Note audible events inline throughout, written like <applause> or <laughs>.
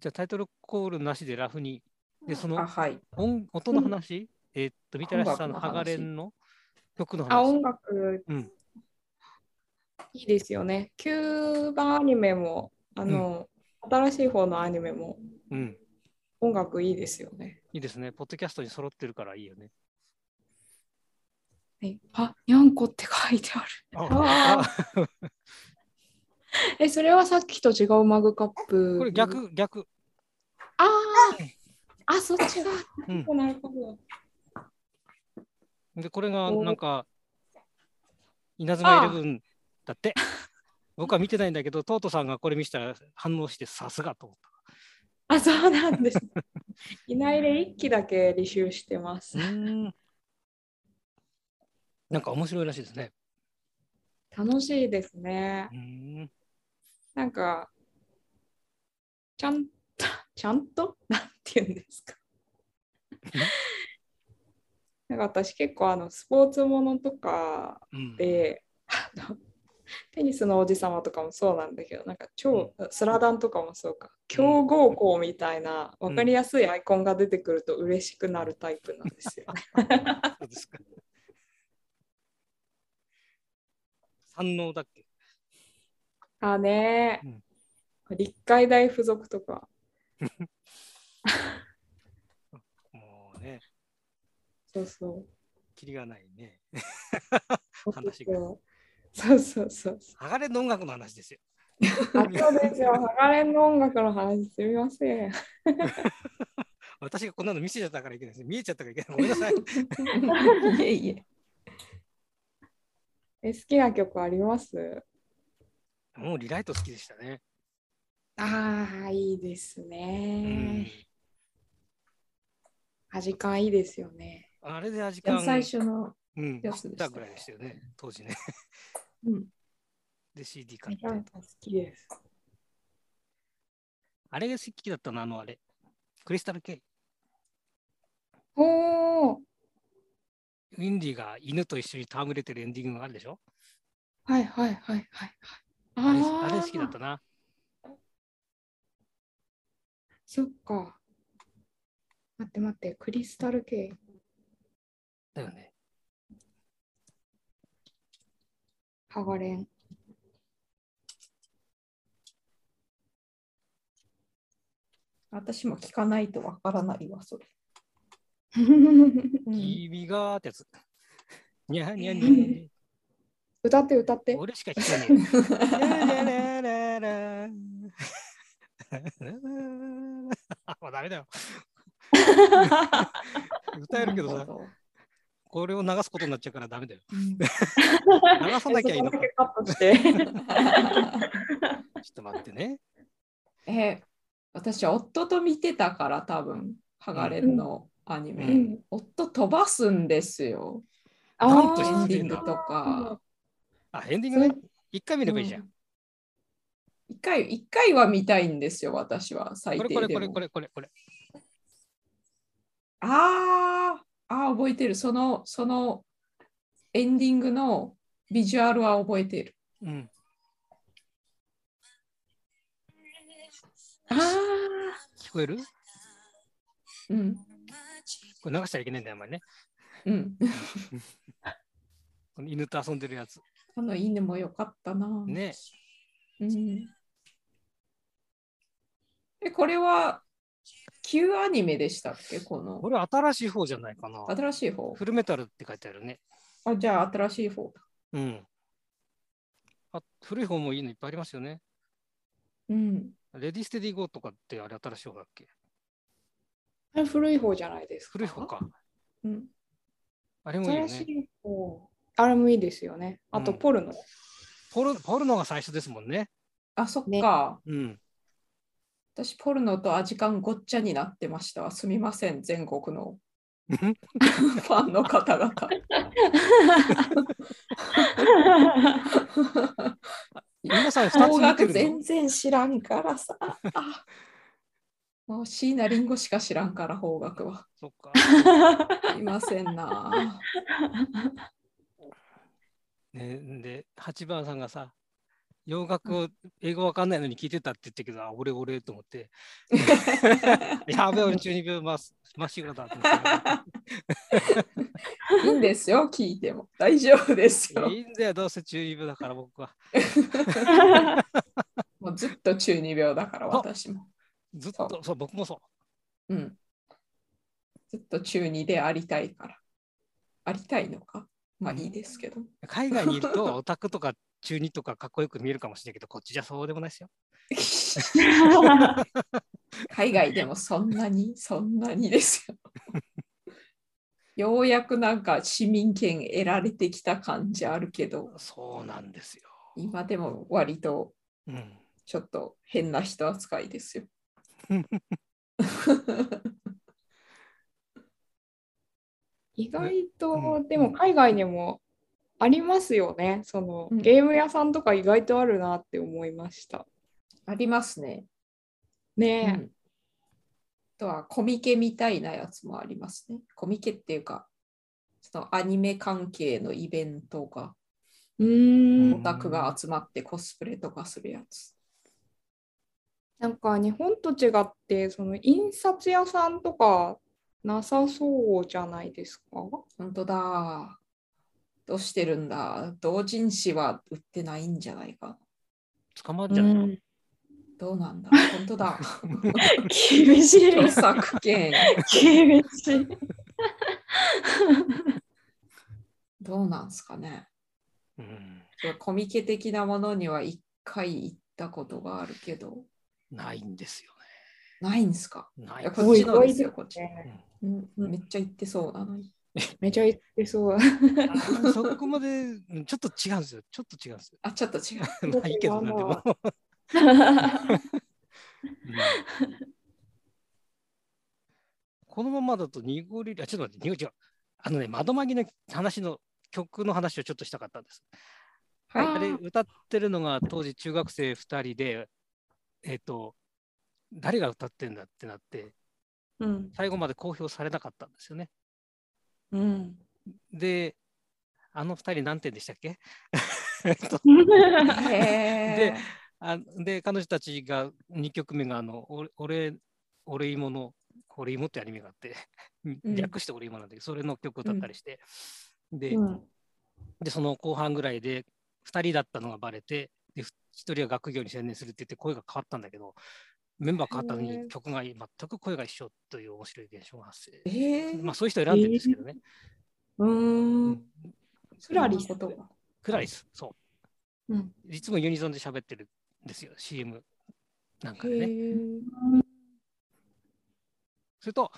じゃあタイトルコールなしでラフに。で、そあ、のはい。音音の話、えーっと、みたらしさんの音楽の話ハガレンの曲のあ、話音。楽、うんいいですよね。キューバアニメも、あの、新しい方のアニメもうん。音楽いいですよね。いいですね。ポッドキャストに揃ってるからいいよね。はいあ、にゃんこって書いてああ <laughs> る。え、それはさっきと違うマグカップ。これ。逆、逆。あーあ、そっちが。うん。なるほど。で、これがおなんか、稲妻イレブンだって。僕は見てないんだけど、トートさんがこれ見せたら反応してさすがと思っあ、そうなんです。 <laughs> いないで一期だけ履修してまた。すう。ーん。なんか面白いらしいですね。楽しいですねう。ーん。なんか、ちゃんと、 <laughs> ちゃんとなんて言うんですか。なんか私結構あのスポーツものとかうん、で、あのテニスのおじさまとかもそうなんだけど、なんか超、スラダンとかもそうか、強豪校みたいな分かりやすいアイコンが出てくると嬉しくなるタイプなん <laughs> ですよ。そうですか。三能だっけあねうん立海大附属とか。もうね、そうそう。キリがないね。話話がが。そうそうそうそハガレンの音楽の話ですよ。う。あ、そうですよ。ハガレンの音楽の話すみませ <laughs> ん。私がこんなの見せちゃったからいけないですね。見えちゃったからいけない。ごめんなさい。いえいえ。え、好きな曲ありますもうリライト好きでしたね。ああ、いいですうねん。味感いいですよね。あれで味じゃあ感最初の、うん、やつでしただぐらいでしたよね、当時ね。うん、で、CD 買って。なんか好きです。あれが好きだったな、あのあれ。クリスタル・ケイ。おーウィンディが犬と一緒に戯れてるエンディングがあるでしょはいはいはいはい。あれああーれ好きだったな。そっか。待って待って、クリスタル系。だよね。ハガレン。私も聞かないとわからないわ、それ。うん、君がーってやつ。にゃーにゃーにゃーに歌って歌っゃー。て。俺しか聞かねえ。ラララララあ、 <laughs> もうダメだ <laughs> よ。歌えるけどなさ、ほこれを流すことになっちゃうからダメだ <laughs> よ。うん流さなきゃいいのかそこだけカットして。ちょっと待って <laughs> ね。 <laughs> え、私、夫と見てたから、多分ハガレンのアニメ。うん夫飛ばすんですよ、なんとエ失ンデ礼ィングなと。か。あ、エンディングね一回見ればいいじゃん。一回一回は見たいんですよ、私は、最これ低これでこれもこ。れこれこれ。あーあー、覚えてる。その、そのエンディングのビジュアルは覚えてる。うん。ああ、聞こえるうん、これ流しちゃいけないんだよ、あんまりね。 <laughs> うん。この犬と遊んでるやつ。あの犬も良かったな。ね。うん、え、これは旧アニメでしたっけこのこれ新しい方じゃないかな。新しい方フルメタルって書いてあるね。あ、じゃあ新しい方だ。うん。あ古い方もいいのいっぱいありますよね。うん。レディステディゴーとかってあれ新しい方だっけ古い方じゃないですか。古い方か。うん、あれもいいよ新しね。い方。あれもいいですよね。あと、うんポルノ。ポルポルノが最初ですもんね。あ、そっか。ねうん。私、ポルノとアジカンごっちゃになってましたわ。すみません、全国の <laughs> ファンの <laughs> 方々。皆さん2つ見て方角るの全然知らんからさ。あもう椎名林檎しか知らんから方角は。そっか。いませんな。ね、で、8番さんがさ、洋楽を英語わかんないのに聞いてたって言ってけど、あ、俺俺と思 <laughs> って、やべえ、俺中二病まっまっしぐらだと思っいいんですよ、聞いても。大丈夫ですて。 <laughs> よ。いいんだよ、どうせ中二病だから僕は。もうずっと中二病だから、あ私も。ずっと、そう、僕もそう。うん。ずっと中二でありたいから。ありたいのかまあいいですけど。海外にいる <laughs> とオタクとか中二とかかっこよく見えるかもしれないけど、こっちじゃそうでもないですよ。海外でもそんなに、そんなにですよ。ようやくなんか市民権得られてきた感じあるけど、そうなんですよ。今でも割とうん、ちょっと変な人扱いですよ。意外と、うんでも海外にもありますよね。その、うんゲーム屋さんとか意外とあるなって思いました。ありますね。うねえ、んあとはコミケみたいなやつもありますね。コミケっていうか、そのアニメ関係のイベントが、うーんオタクが集まってコスプレとかするやつ。なんか日本と違って、その印刷屋さんとかなさそうじゃないですか。本当だ。どうしてるんだ。同人誌は売ってないんじゃないか。捕まっちゃうの。どうなんだ。本当 <laughs> だ。厳しい著作権。厳しい。どうなんすかね。うん、コミケ的なものには一回行ったことがあるけど、ないんですよないんすか。ね。ないいやんですこっちのですよ、こっち。うんうんめっちゃ行ってそうなのに。めちゃ言って <laughs> そう。あそこまでうんちょっと違うんですよ。 <laughs> ちょっと違うん <laughs> ですあ、ちょっと違う。よ。ないけどな、でも。このままだと濁り、あ、ちょっと待って、濁り違う。あのね、窓紛れの話の曲の話をちょっとしたかったんです。はい。あれ、歌ってるのが当時中学生2人で、えっ、と、誰が歌ってんだってなって、うん。最後まで公表されなかったんですよね。うん。で、あの2人何点でしたっけ <laughs> えっとへーあで、彼女たちが2曲目があの、お俺、俺芋の、俺芋ってアニメがあって、ん略して俺芋なんだけど、それの曲を歌ったりして、で、うんで、その後半ぐらいで、2人だったのがバレて、で、1人は学業に専念するって言って、声が変わったんだけど、メンバー変わったのへにー曲が全く声が一緒という面白い現象が発生。えーまあ、そういう人選んでるんですけどね。ううーん。んクラリスそんなことがクラリス、そうん。う。いつもユニゾンで喋ってるんですよ、CM なんかへでね。ーそれと、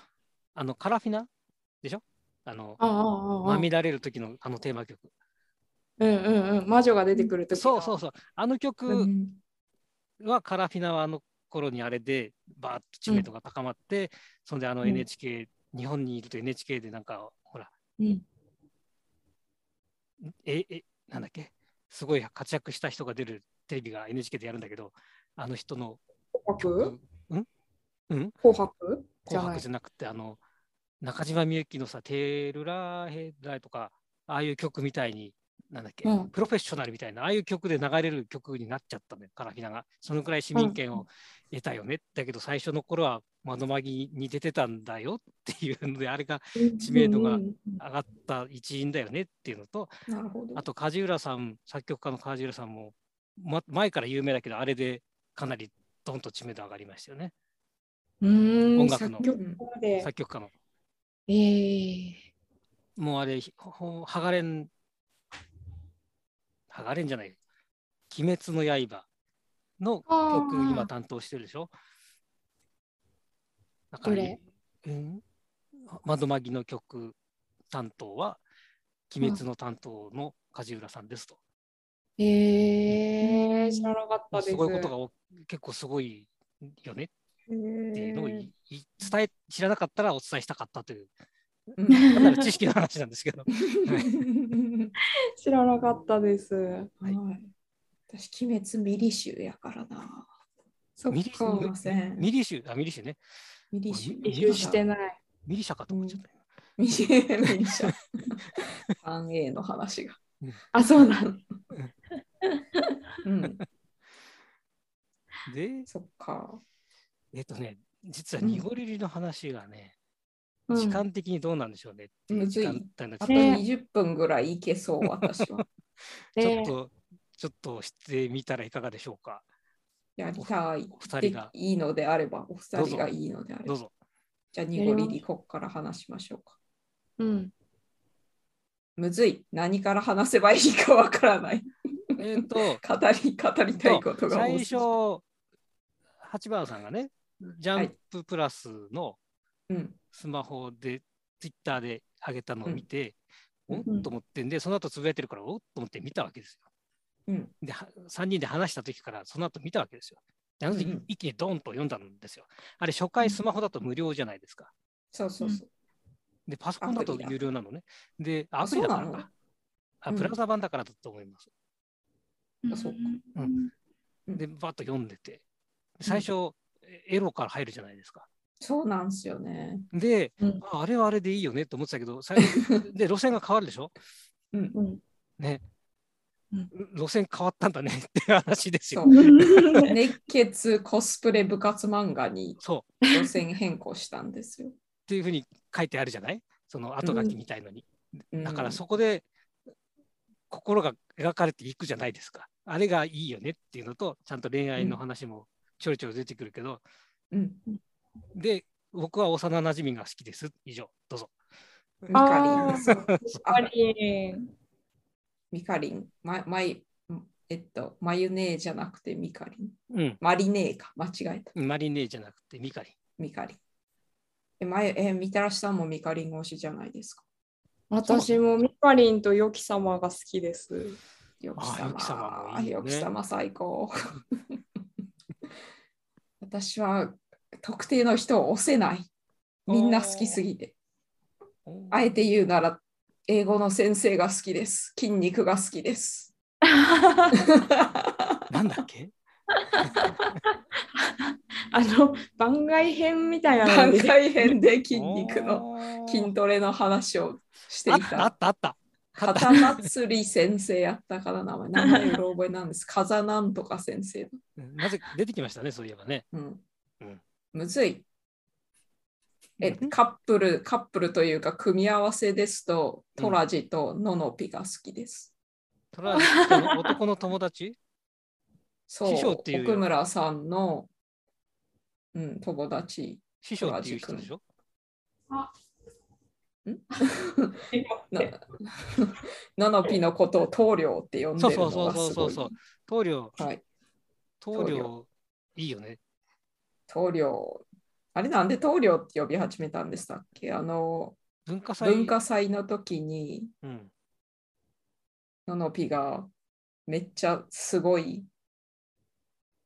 あの、カラフィナでしょあの、あああああまあみ。だれる時のあのテーマ曲。うんうんうん。魔女が出てくるとき。そうそうそう。あのう曲んはカラフィナはあの頃にあれで、バーッと知名度が高まって、そんであうのん NHK、日本にいると NHK でなんか、ほら、うん。え、え、なんだっけすごい活躍した人が出るテレビが NHK でやるんだけど、あの人の紅白曲、うん紅白じゃ紅な白いじ。ゃなくて、あの、中島みゆきのさ、テールラーヘライとか、ああいう曲みたいに、なんだっけ、うんプロフェッショナルみたいな、ああいう曲で流れる曲になっちゃったね、カラフィナが。そのくらい市民権を得たよね。だけど、最初の頃は窓まぎに出てたんだよっていうので、あれが知名度がうんうんうん上がった一因だよねっていうのと、なるほど。あと梶浦さん、作曲家の梶浦さんも、ま、前から有名だけど、あれでかなりドンと知名度上がりましたよね、うーん音楽の作曲家で。作曲家の。ええ。もうあれ、ひほはがれん、はがれんじゃない、鬼滅の刃の曲、あー今担当してるでしょ。だどれうん窓まぎの曲担当は、鬼滅の担当の梶浦さんですと。ええ。知らなかったです。すごいことがお結構すごいよねっていうのをいへい伝え、知らなかったらお伝えしたかったという、うんかなり知識の話なんですけど。ー知らなかったです。はい <laughs> はい私、鬼滅ミリ集やからな。 <laughs> そっミリすみか。ません。ミリシュ、あ、ミリシュね。ミリ集。ミ移住してない。ミリシャかと思っちゃった。ミリミリ集。3A の話が。あ、そうなの。うん。で、そっか。えっとね、実はうん濁りりの話がね、うん時間的にどうなんでしょうねっていうむず時い間帯のあちとょっね20分ぐらいいけそう、私は。と、ちょでっと、ちょっとしてみたらいかがでしょう <laughs> か。やりたいお。二で人が、いいのであれば、お二どうぞ人がいいのであれどば <laughs> う。ぞ。じゃあ、ニゴリリ、ここから話しましょうか。うん、むずい。何から話せばいいかわからない。 <laughs> えっと、語り、語りたいことが最多初すぎる、八番さんがね、ジャンププラスのうん。スマホで、ツイッターで上げたのを見て、うんおっうんと思ってんで、その後つぶやいてるから、おっと思って見たわけですよ。うん。で、は3人で話した時から、その後見たわけですよ。であの時、うん一気にドンと読んだんですよ。あれ、初回スマホだと無料じゃないですか。そうそうそう。で、パソコンだとアプリだ有料なのね。で、アあプリだかそらうなのか。あ、うんブラウザ版だからだと思います。あそうかうんで、バッと読んでて。最初、エロから入るじゃないですか。そうなんですよね。で、うんああれはあれでいいよねって思ってたけど、最後 <laughs> で路線が変わるでしょうん。うんね、うん路線変わったんだねっていう話ですよ。うん熱血コスプレ部活漫画にそうっ路線変更したんですよ。ていうふうに書いてあるじゃないその後書きみたいのに。うんだからそこで心が描かれていくじゃないですか。あれがいいよねっていうのと、ちゃんと恋愛の話もちょろちょろ出てくるけど、うん。で、僕は幼なじみが好きです。以上、どうぞ。ミカリあン。そうありミカリン。ま、まい、えっと、マヨネーじゃなくてミカリン。うん。マリネーか。間違えた。マリネーじゃなくてミカリン。ミカリン。え、まゆえみたらしさんもミカリン推しじゃないですか。私もミカリンとヨキ様が好き <laughs> です。よきあさよき様まもいいよよねきさま最高。 <laughs> 私は特定の人を押せない。みんな好きすぎて。あえて言うなら、英語の先生が好きです。筋肉が好き <laughs> です。なんだっけあの番外編みたいなの番で外編で <laughs> 筋肉のの筋トレの話をしてあいったあたっ。たあった。片祭り先生やったから名前、名前うろ覚えなんです。風なんとか先生。うんなぜ出てきましたね、そういえばね。うんうんむずい。え、うんカップル、カップルというか、組み合わせですと、トラジとノノピが好きです。トラジックの男の友達師そ匠う、っていう奥村さんの、うん、友達。師匠っていう人でしょ <laughs> な <laughs> ノノピのことを棟梁って呼んでるのがすそごうそい。うそうそうそう棟梁、はい。棟棟梁梁、いいよね。棟梁。あれなんで棟梁って呼び始めたんでしたっけあの、文化祭。文化祭の時に、うん。ののぴがめっちゃすごい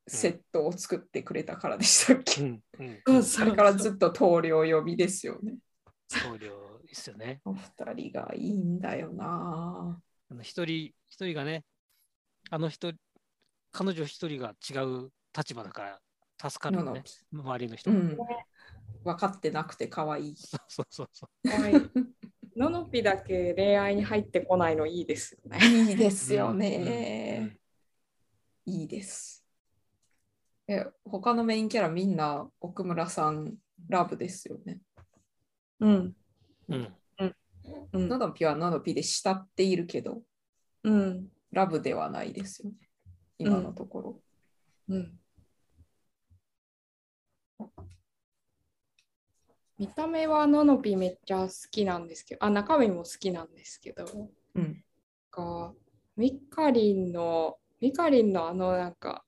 セットを作ってくれたからでしたっうけ、ん。うん。そうそあうれからずっと棟梁呼びですよね。棟梁ですよね。お二人がいいんだよなあの一人、一人がね、あの人、彼女一人が違う立場だから助かぁ。るのののね。周りの人うが。ん。分かってなくて可愛い。そうそうそう。はいののぴだけ恋愛に入ってこないのいいですよね。いいですようんね。いいです。え、他のメインキャラみんな奥村さんラブですよね。うん。うん。うのん。のぴはののぴで慕っているけど、うん。ラブではないですよね。今のところ。うん。見た目はののぴめっちゃ好きなんですけど、あ、中身も好きなんですけど、うん。か、ミカリンの、ミカリンのあのなんか、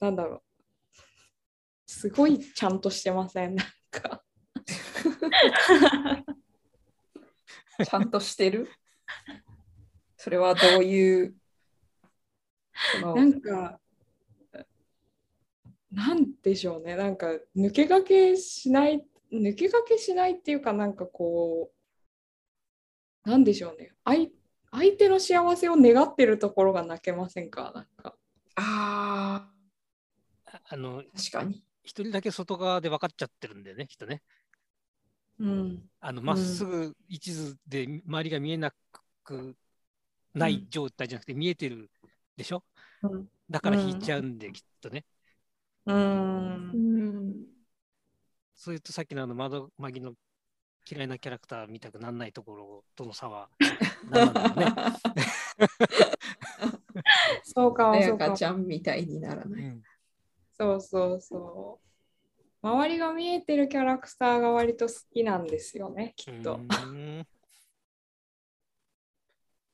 なんだろう、すごいちゃんとしてません、なんか。ちゃんとしてるそれはどういうそのなんか、なんでしょうね、なんか抜け駆けしない、抜け駆けしないっていうか、なんかこう、なんでしょうね、相相手の幸せを願ってるところが泣けませんか、なんか。あああの、ー確かに。一人だけ外側で分かっちゃってるんだよね、人ね。うん、あのまっすぐ一途で周りが見えなくない状態じゃなくて見えてるでしょ、うんだから引いちゃうんで、きっとね。うん。んそれとさっきのあの窓マギの嫌いなキャラクター見たくなんないところとの差 <laughs> は何なんだろうね。そうかも、 <laughs> あそやうかかも。ちゃんみたいにならない。そうそうそう。周りが見えてるキャラクターが割と好きなんですよね、きうっんと。うん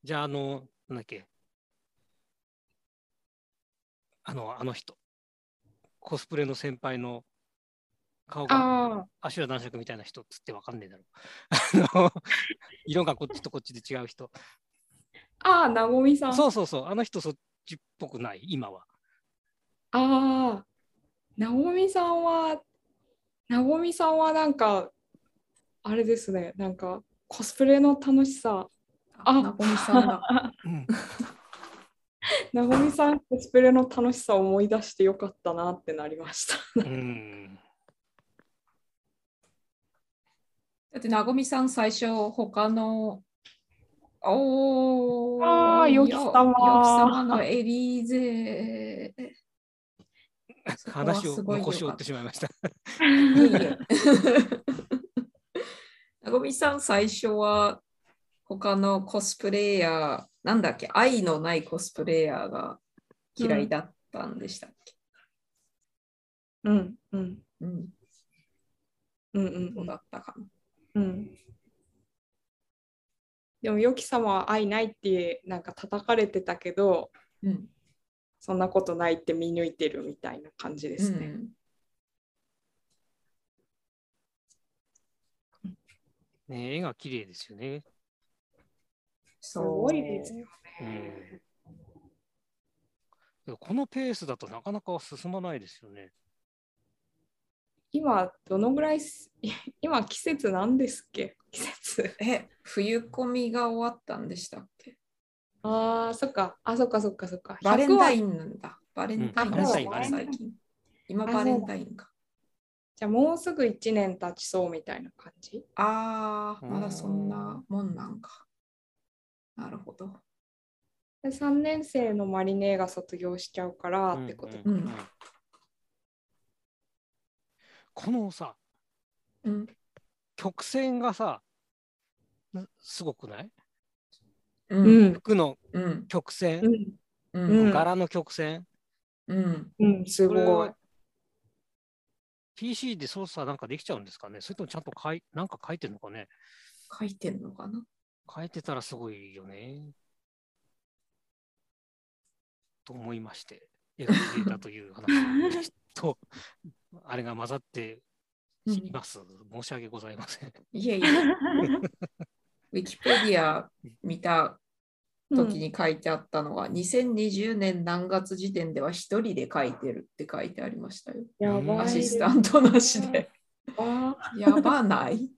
じゃああのなんだっけあのあの人コスプレの先輩の顔があ足は男爵みたいな人っつってわかんねえだろ。あの <laughs> 色がこっちとこっちで違う人。あ、ああ、なごみさん。あそうそうそうあの人そっちっぽくない今 <laughs> は。あ、なごみさんは、なごみさんはなんか、あれですね、なんか、コスプレの楽しさ。あなこみさんだ。うんなごみさん、コスプレの楽しさを思い出してよかったなってなりましうた。ん <laughs> だってなごみさん最初他のおーあーよきさまよきさまのエリーゼ話そこをはすごい残し良終かわっったてしまいました。いえいえなごみさん最初は他のコスプレイヤーなんだっけ愛のないコスプレイヤーが嫌いだったんでしたっけ、 <laughs> うん、うん、うんうん、うそうんだったかなうん。でも、よきさまは愛ないって、なんか叩かれてたけど、うんそんなことないって見抜いてるみたいな感じでですすねね。ね絵が綺麗ですよね。そうすごいですようんでもこのペースだとなかなか進まないですよね。今、どのぐらいす、 <laughs> 今、季節なんですっけ季節。え冬コミが終わったんでしたっけああ、そっか、あ、そっか、そっか、そっか。バレンタン。インなんだ。バレンタインうんだ、バレンタイン最近。今あそうバレンタインか。じゃあ、もうすぐ1年経ちそうみたいな感じ。ああ、うんまだそんなもんなんか。なるほど。で3年生のマリネが卒業しちゃうからってこと。うんうんこのさうん。曲線がさなすごくないう。うんん、服のうん。曲う線、ん、ううんん。柄の曲線うん。うん、すこれご <laughs> いは。PC で操作なんかできちゃうんですかねそれともちゃんと書いなんか書いてるのかね書いてんのかな書いてたらすごいよね。と思いまして、絵が綺麗だという <laughs> 話と、あれが混ざってうんいます。申し訳ございません。いえいえ。 <laughs> ウィキペディア見た時に書いてあったのは、2020年何月時点では一人で書いてるって書いてありましたよ。やばい。アシスタントなしで。あやばない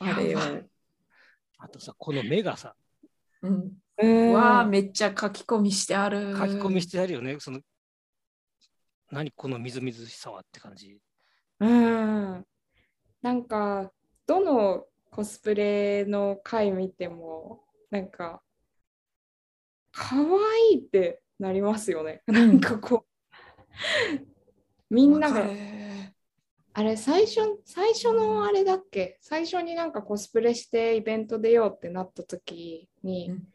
あれを。あとさ、この目がさ、うん。ーうん <laughs> わあ、めっちゃ書き込みしてある。書き込みしてあるよね。その何このみずみずしさはって感じ。うんなんかどのコスプレの回見てもなんか可愛いってなりますよね。なんかこうみんなわかがるあれ最初最初のあれだっけ最初になんかコスプレしてイベント出ようってなった時に、うん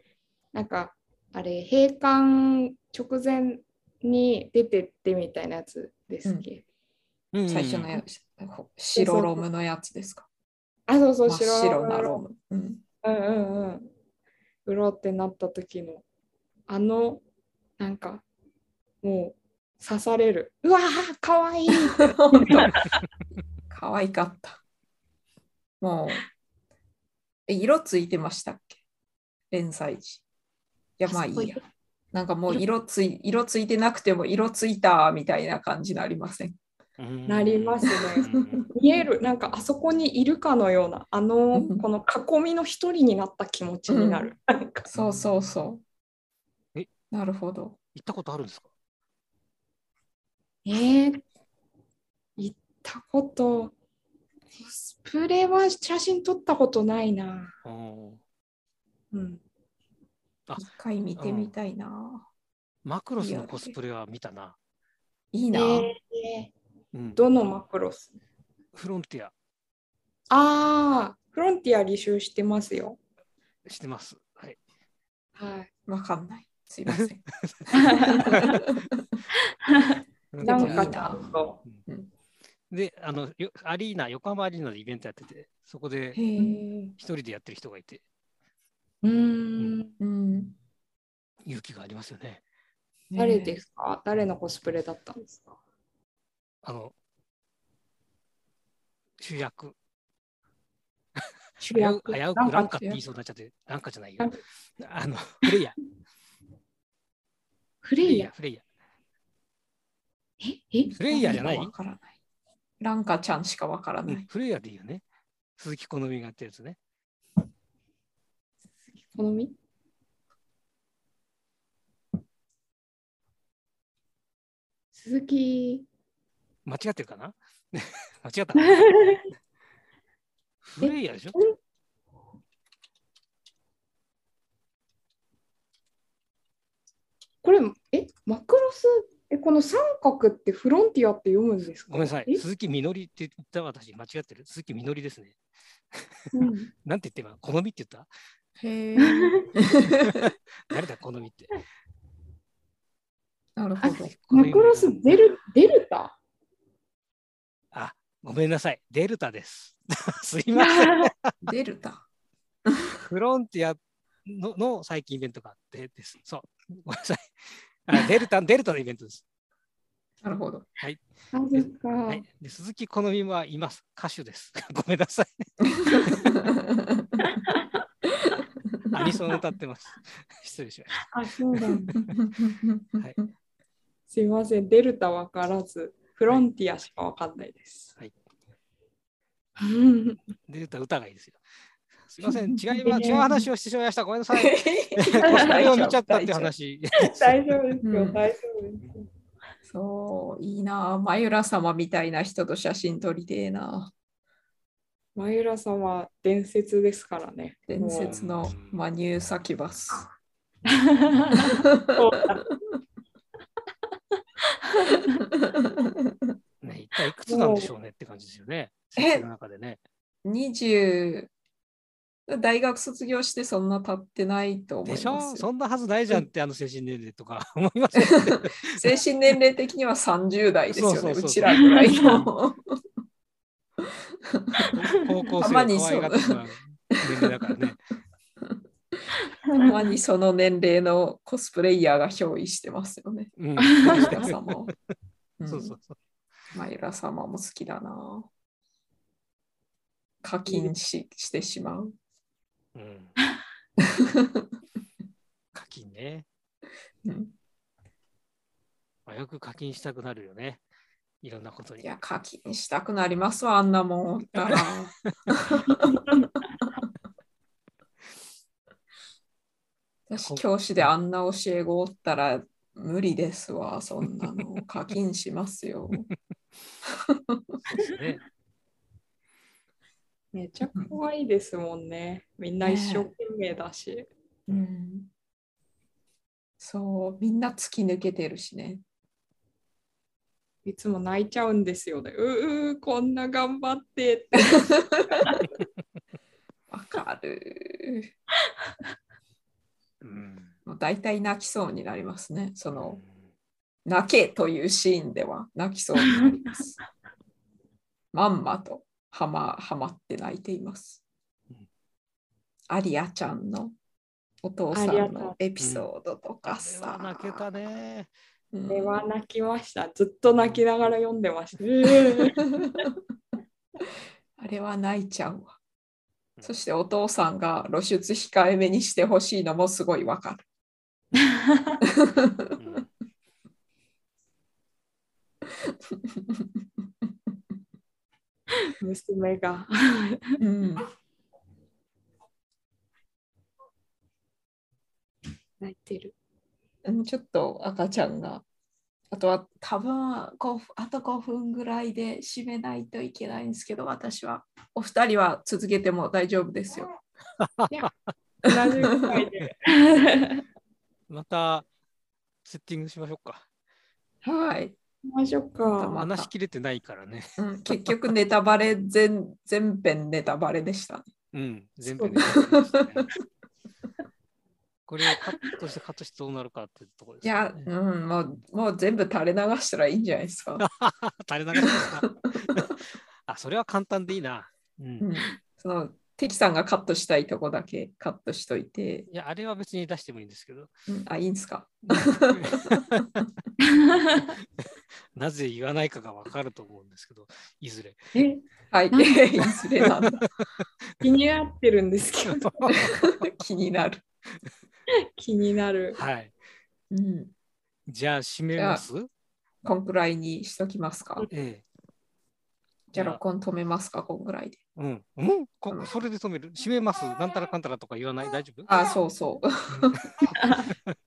なんかあれ閉館直前に出てってみたいなやつですっけ、最初のやつ、白ロムのやつですか。あそうそう真っ白なロム。うんうんうんうん。売ろうってなった時の、あの、なんか、もう、刺される。うわー、かわいい本当 <laughs> 可愛かった。もう、え色ついてましたっけ連載時。いや、まあいいや。なんかもう色つい色ついてなくても色ついたみたいな感じになりません。うんなりますねうん見 <laughs> える、なんかあそこにいるかのような、あの、うんこの囲みの一人になった気持ちになる。なんかそうそうそう。えなるほど。行ったことあるんですかえー、行ったこと、コスプレは写真撮ったことないな。うんうん。あ一回見てみたいな。マクロスのコスプレは見たな。いいな。えうんー、どのマクロスフロンティアああ、フロンティア履修してますよ。してます。はい、はい。わかんない。すいませ <laughs> ん。 <laughs> なもんかいいちなゃんと。であのよアリーナ横浜アリーナでイベントやっててそこでへえ。一人でやってる人がいてうーん。うん。勇気がありますよね。誰ですすか誰のコスプレだったんですかあの主役主危う危うくランカかって言いそうになっちゃってランカじゃないラよン。あの <laughs> フレイヤフフレレイイヤヤフレイヤええフレイヤじゃないわからない。ランカちゃんしかわからなうんい。フレイヤでいいよね。鈴木好みがやってるやつね。好み鈴木。間違ってるかな <laughs> 間違った。えフレイヤでしょこれ、え、マクロス、え、この三角ってフロンティアって読むんですかごめんなさえい。鈴木みのりって言った私、間違ってる。鈴木みのりですね。うんなんて言って今、好みって言ったへえ。誰だ、好みって。なるほど。マクロスデルデルタごめんなさい。デルタです。 <laughs> すいません。デルタ。フロンティアのの最近イベントがあってです。そう。ごめんなさい。あデルタ、デルタのイベントです。なるほど。あそっか、はい、で鈴木好みはいます。歌手です。 <laughs> ごめんなさい。アニソン歌ってます。 <laughs> 失礼しましあ、そうだ。いすいません、デルタわからず、フロンティアしかわかんないです。はいうん。た。デルタ歌がいいですよ。すいません。違いま、違う話をしてしまいました。ごめんなさい。コスプレを見ちゃったっていう話。 <laughs> <laughs> 大丈夫ですうよ、ん大丈夫ですよ。そう、いいなあ。マユラ様みたいな人と写真撮りてえな。マユラさんは伝説ですからね。<laughs> 伝説のマニューサキバス。もうそうだね、一体いくつなんでしょうねって感じですよね。え先生の中でね。 20大学卒業してそんな経ってないと思いでましすよょそんなはずないじゃんって、あの精神年齢とか思いますよね。精神年齢的には30代ですよねそううそうそうちらぐらいの <laughs> 高校た生まをに可そう愛がってしまう年齢だからね。たまにその年齢のコスプレイヤーが憑依してますよねうん。マユラ様を、うん <laughs> そうそうそう。マユラ様も好きだな課金ししてしまう、うん、課金ね。うんよく課金したくなるよね。いろんなことにい。や課金したくなりますわあんなもんおっ <laughs> たら私教師であんな教え子おったら無理ですわそんなの課金しますよそうですね。めちゃ可愛いですもんね。みんな一生懸命だし。うんそうみんな突き抜けてるしねいつも泣いちゃうんですよね。ううう、こんな頑張ってって。 <laughs> わかるうん。もう大体泣きそうになりますねその泣けというシーンでは泣きそうになり <laughs> ます。まんまとはまはまって泣いていますうん。アリアちゃんのお父さアリアちんゃんのエピソードとかさ。泣けたね。うんこれは泣きました。ずっと泣きながら読んでました。う <laughs> ー <laughs> あれは泣いちゃうわ。うんそしてお父さんが露出控えめにしてほしいのもすごいわかうる。ん娘が。うん、泣いてる。うんちょっと赤ちゃんが、あとは多分こうあと5分ぐらいで締めないといけないんですけど、私は。お二人は続けても大丈夫ですよ。同じぐらいで。またセッティングしましょうか。はい。行きましょうまか。た話しきれてないからね。うん、結局ネタバレ全全編ネタバレでしたね。うん、全そ部うね。そうですねこれをカットしてカットしてどうなるかってところでいすよや、ね、うん、もうもう全部垂れ流したらいいんじゃない <laughs> ですか。垂れ流しました。あ、それは簡単でいいな。うん。うん、そのテキさんがカットしたいとこだけカットしといて、いや、あれは別に出してもいいんですけど。うんあ、いいんですか。なぜ言わないかがわかると思うんですけど、いずれ。え、 <laughs> はい、なんいずれなんだ。 <laughs> 気になってるんですけど、気になる。気になる。はい。うん、じゃあ、締めますこんくらいにしときますか。ええ。じゃあ、録音止めますか、こんくらいで。うん。うんこそれで止める。締めます。なんたらかんたらとか言わない。大丈夫あ、そうそう。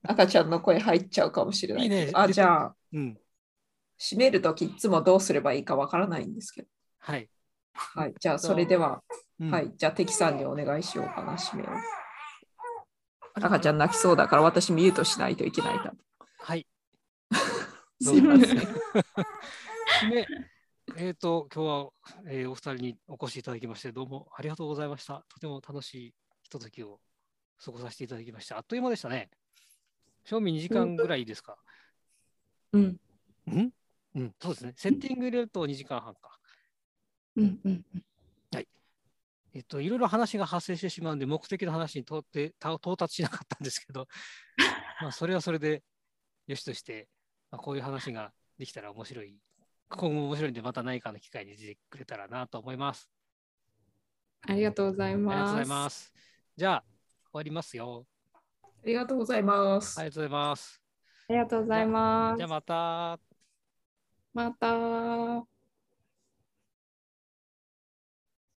赤ちゃんの声入っちゃうかもしれないけど。いいねあ、じゃあ、うん。閉めるときいつもどうすればいいかわからないんですけど。はい。はい、じゃあ、それでは、うんは。い、じゃあ、テキさんにお願いしようかな、閉めよう。赤ちゃん泣きそうだから私ミュートしないといけないだ。 <laughs> はい。すいませ <laughs> ん。で、えっ、と、今日は、えーお二人にお越しいただきまして、どうもありがとうございました。とても楽しいひとときを過ごさせていただきました。あっという間でしたね。賞味2時間ぐらいですか。うん、うん、うん、そうですね。セッティング入れると2時間半か。うん、うん。えっと、いろいろ話が発生してしまうんで、目的の話に到底た到達しなかったんですけど、まあそれはそれでよしとして、まあ、こういう話ができたら面白い、今後も面白いんで、また何かの機会に出てくれたらなと思います。ありがとうございありがとうごまざす。います。じゃあ、終わりますよ。ありがとうございます。ありがとうございます。ありがとうございまじゃあす。また。また。